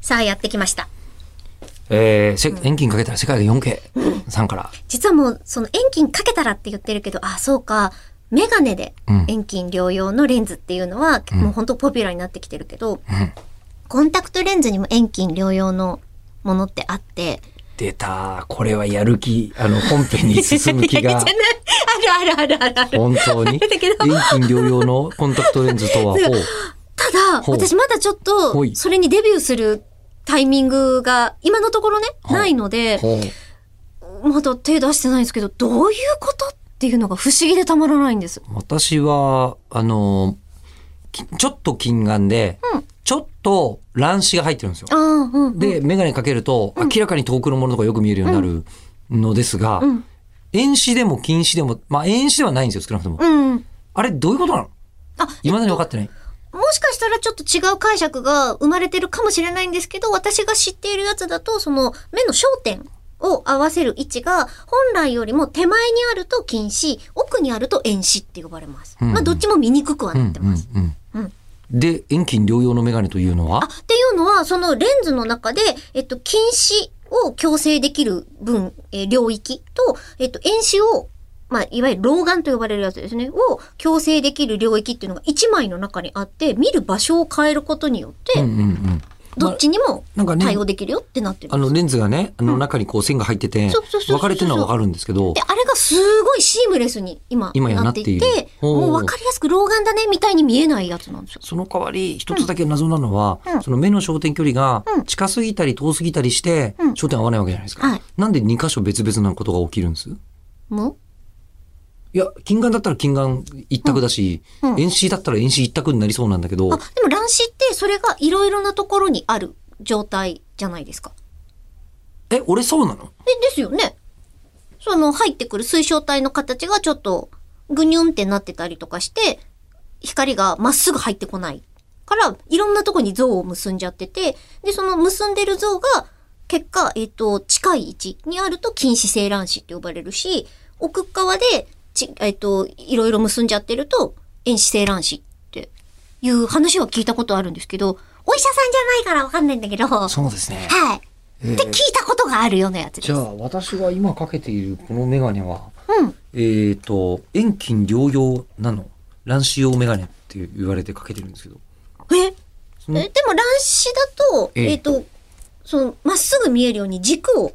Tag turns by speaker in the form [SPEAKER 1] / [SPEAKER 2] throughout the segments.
[SPEAKER 1] さあやってきました。
[SPEAKER 2] えーせ遠近かけたら世界が 4K さんから。
[SPEAKER 1] 実はもう、その遠近かけたらって言ってるけど、あ、そうか、メガネで
[SPEAKER 2] うん
[SPEAKER 1] 遠近両用のレンズっていうのは、もう本当ポピュラーになってきてるけど、コンタクトレンズにも遠近両用のものってあって、
[SPEAKER 2] 出た。これはやる気、あの、本編に進む 気
[SPEAKER 1] いや
[SPEAKER 2] が
[SPEAKER 1] いいじ。ゃないあるあるあるあるある。
[SPEAKER 2] 本当 に。
[SPEAKER 1] だけど
[SPEAKER 2] 遠近両用のコンタクトレンズとは、ほう。
[SPEAKER 1] ただ、
[SPEAKER 2] ほう
[SPEAKER 1] 私まだちょっ
[SPEAKER 2] ほ
[SPEAKER 1] と、
[SPEAKER 2] い
[SPEAKER 1] それにデビューするタイミングが、今のところね、
[SPEAKER 2] ほう
[SPEAKER 1] ないので、
[SPEAKER 2] ほう。
[SPEAKER 1] まだ手出してないんですけど、どういうことっていうのが不思議でたまらないんです。
[SPEAKER 2] 私は、あの、きちょっと近眼で、
[SPEAKER 1] うん
[SPEAKER 2] ちょっと乱視が入ってるんですよ
[SPEAKER 1] あ。あ、うん。
[SPEAKER 2] で、眼鏡かけると、明らかに遠くのものとかよく見えるようになるのですが、
[SPEAKER 1] うん。
[SPEAKER 2] 遠視でも近視でも、まあ遠視ではないんですよ、少なくとも。
[SPEAKER 1] うん。
[SPEAKER 2] あれ、どういうことなの
[SPEAKER 1] あ、
[SPEAKER 2] いまだに分かってない。
[SPEAKER 1] もしかしたらちょっと違う解釈が生まれてるかもしれないんですけど、私が知っているやつだと、その目の焦点を合わせる位置が、本来よりも手前にあると近視、奥にあると遠視って呼ばれます。
[SPEAKER 2] うん
[SPEAKER 1] まあ、どっちも見にくくはなってます。
[SPEAKER 2] うんうんう
[SPEAKER 1] うんん、
[SPEAKER 2] で遠近両用の眼鏡というの
[SPEAKER 1] あ、
[SPEAKER 2] は
[SPEAKER 1] っていうのは、そのレンズの中で、えっと、近視を矯正できる分、えー領域と、えっと、遠視を、まあ、いわゆる老眼と呼ばれるやつですね、を矯正できる領域っていうのが1枚の中にあって、見る場所を変えることによって、
[SPEAKER 2] うんうんうん
[SPEAKER 1] どっちにも
[SPEAKER 2] なんかね
[SPEAKER 1] 対応できるよってなってる
[SPEAKER 2] あ。のレンズがねあの中にこう線が入ってて
[SPEAKER 1] そうそうそうそう
[SPEAKER 2] 分かれてるのは分かるんですけど
[SPEAKER 1] で、あれがすごいシームレスに今
[SPEAKER 2] 今や
[SPEAKER 1] なっていて、
[SPEAKER 2] なっているほう
[SPEAKER 1] もう分かりやすく老眼だねみたいに見えないやつなんですよ。
[SPEAKER 2] その代わり一つだけ謎なのは、
[SPEAKER 1] うん
[SPEAKER 2] その目の焦点距離が
[SPEAKER 1] うん
[SPEAKER 2] 近すぎたり遠すぎたりして
[SPEAKER 1] うん
[SPEAKER 2] 焦点合わないわけじゃないですか、
[SPEAKER 1] はい
[SPEAKER 2] なんで2箇所別々なことが起きるんですい
[SPEAKER 1] も
[SPEAKER 2] や近眼だったら近眼一択だし、
[SPEAKER 1] うんうん
[SPEAKER 2] 遠視だったら遠視一択になりそうなんだけど、
[SPEAKER 1] うあ、でも乱視ってそれがいろいろなところにある状態じゃないですか。
[SPEAKER 2] え俺そうなの
[SPEAKER 1] え、ですよね。その入ってくる水晶体の形がちょっとぐにゅんってなってたりとかして、光がまっすぐ入ってこない。から、いろんなとこに像を結んじゃってて、で、その結んでる像が、結果、えっ、と、近い位置にあると近視性乱視って呼ばれるし、奥側で、ちえっ、と、いろいろ結んじゃってると、遠視性乱視っていう話は聞いたことあるんですけど、お医者さんじゃないからわかんないんだけど、は
[SPEAKER 2] そうですね、
[SPEAKER 1] い。って聞いたことがあるようなやつです。
[SPEAKER 2] じゃあ私が今かけているこの眼鏡は
[SPEAKER 1] うん。
[SPEAKER 2] えー、と、遠近両用なの。乱視用メガネって言われてかけてるんですけど。
[SPEAKER 1] え、え
[SPEAKER 2] の
[SPEAKER 1] でも乱視だと、
[SPEAKER 2] ええ
[SPEAKER 1] えっ、と、その、まっすぐ見えるように軸を、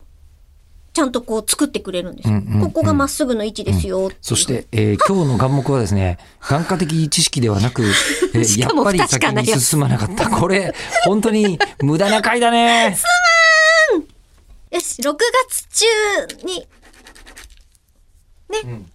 [SPEAKER 1] ちゃんとこう作ってくれるんですよ。
[SPEAKER 2] うんうんうん
[SPEAKER 1] ここがまっすぐの位置ですよ、
[SPEAKER 2] そして、えー今日の眼目はです ね、眼科的知識ではなく、えー
[SPEAKER 1] し
[SPEAKER 2] や
[SPEAKER 1] かも
[SPEAKER 2] っぱり
[SPEAKER 1] 不確
[SPEAKER 2] 先
[SPEAKER 1] かな
[SPEAKER 2] に
[SPEAKER 1] やつ
[SPEAKER 2] 進まなかった。これ、本当に無駄な回だね。
[SPEAKER 1] よし、6月中に、ね、
[SPEAKER 2] ん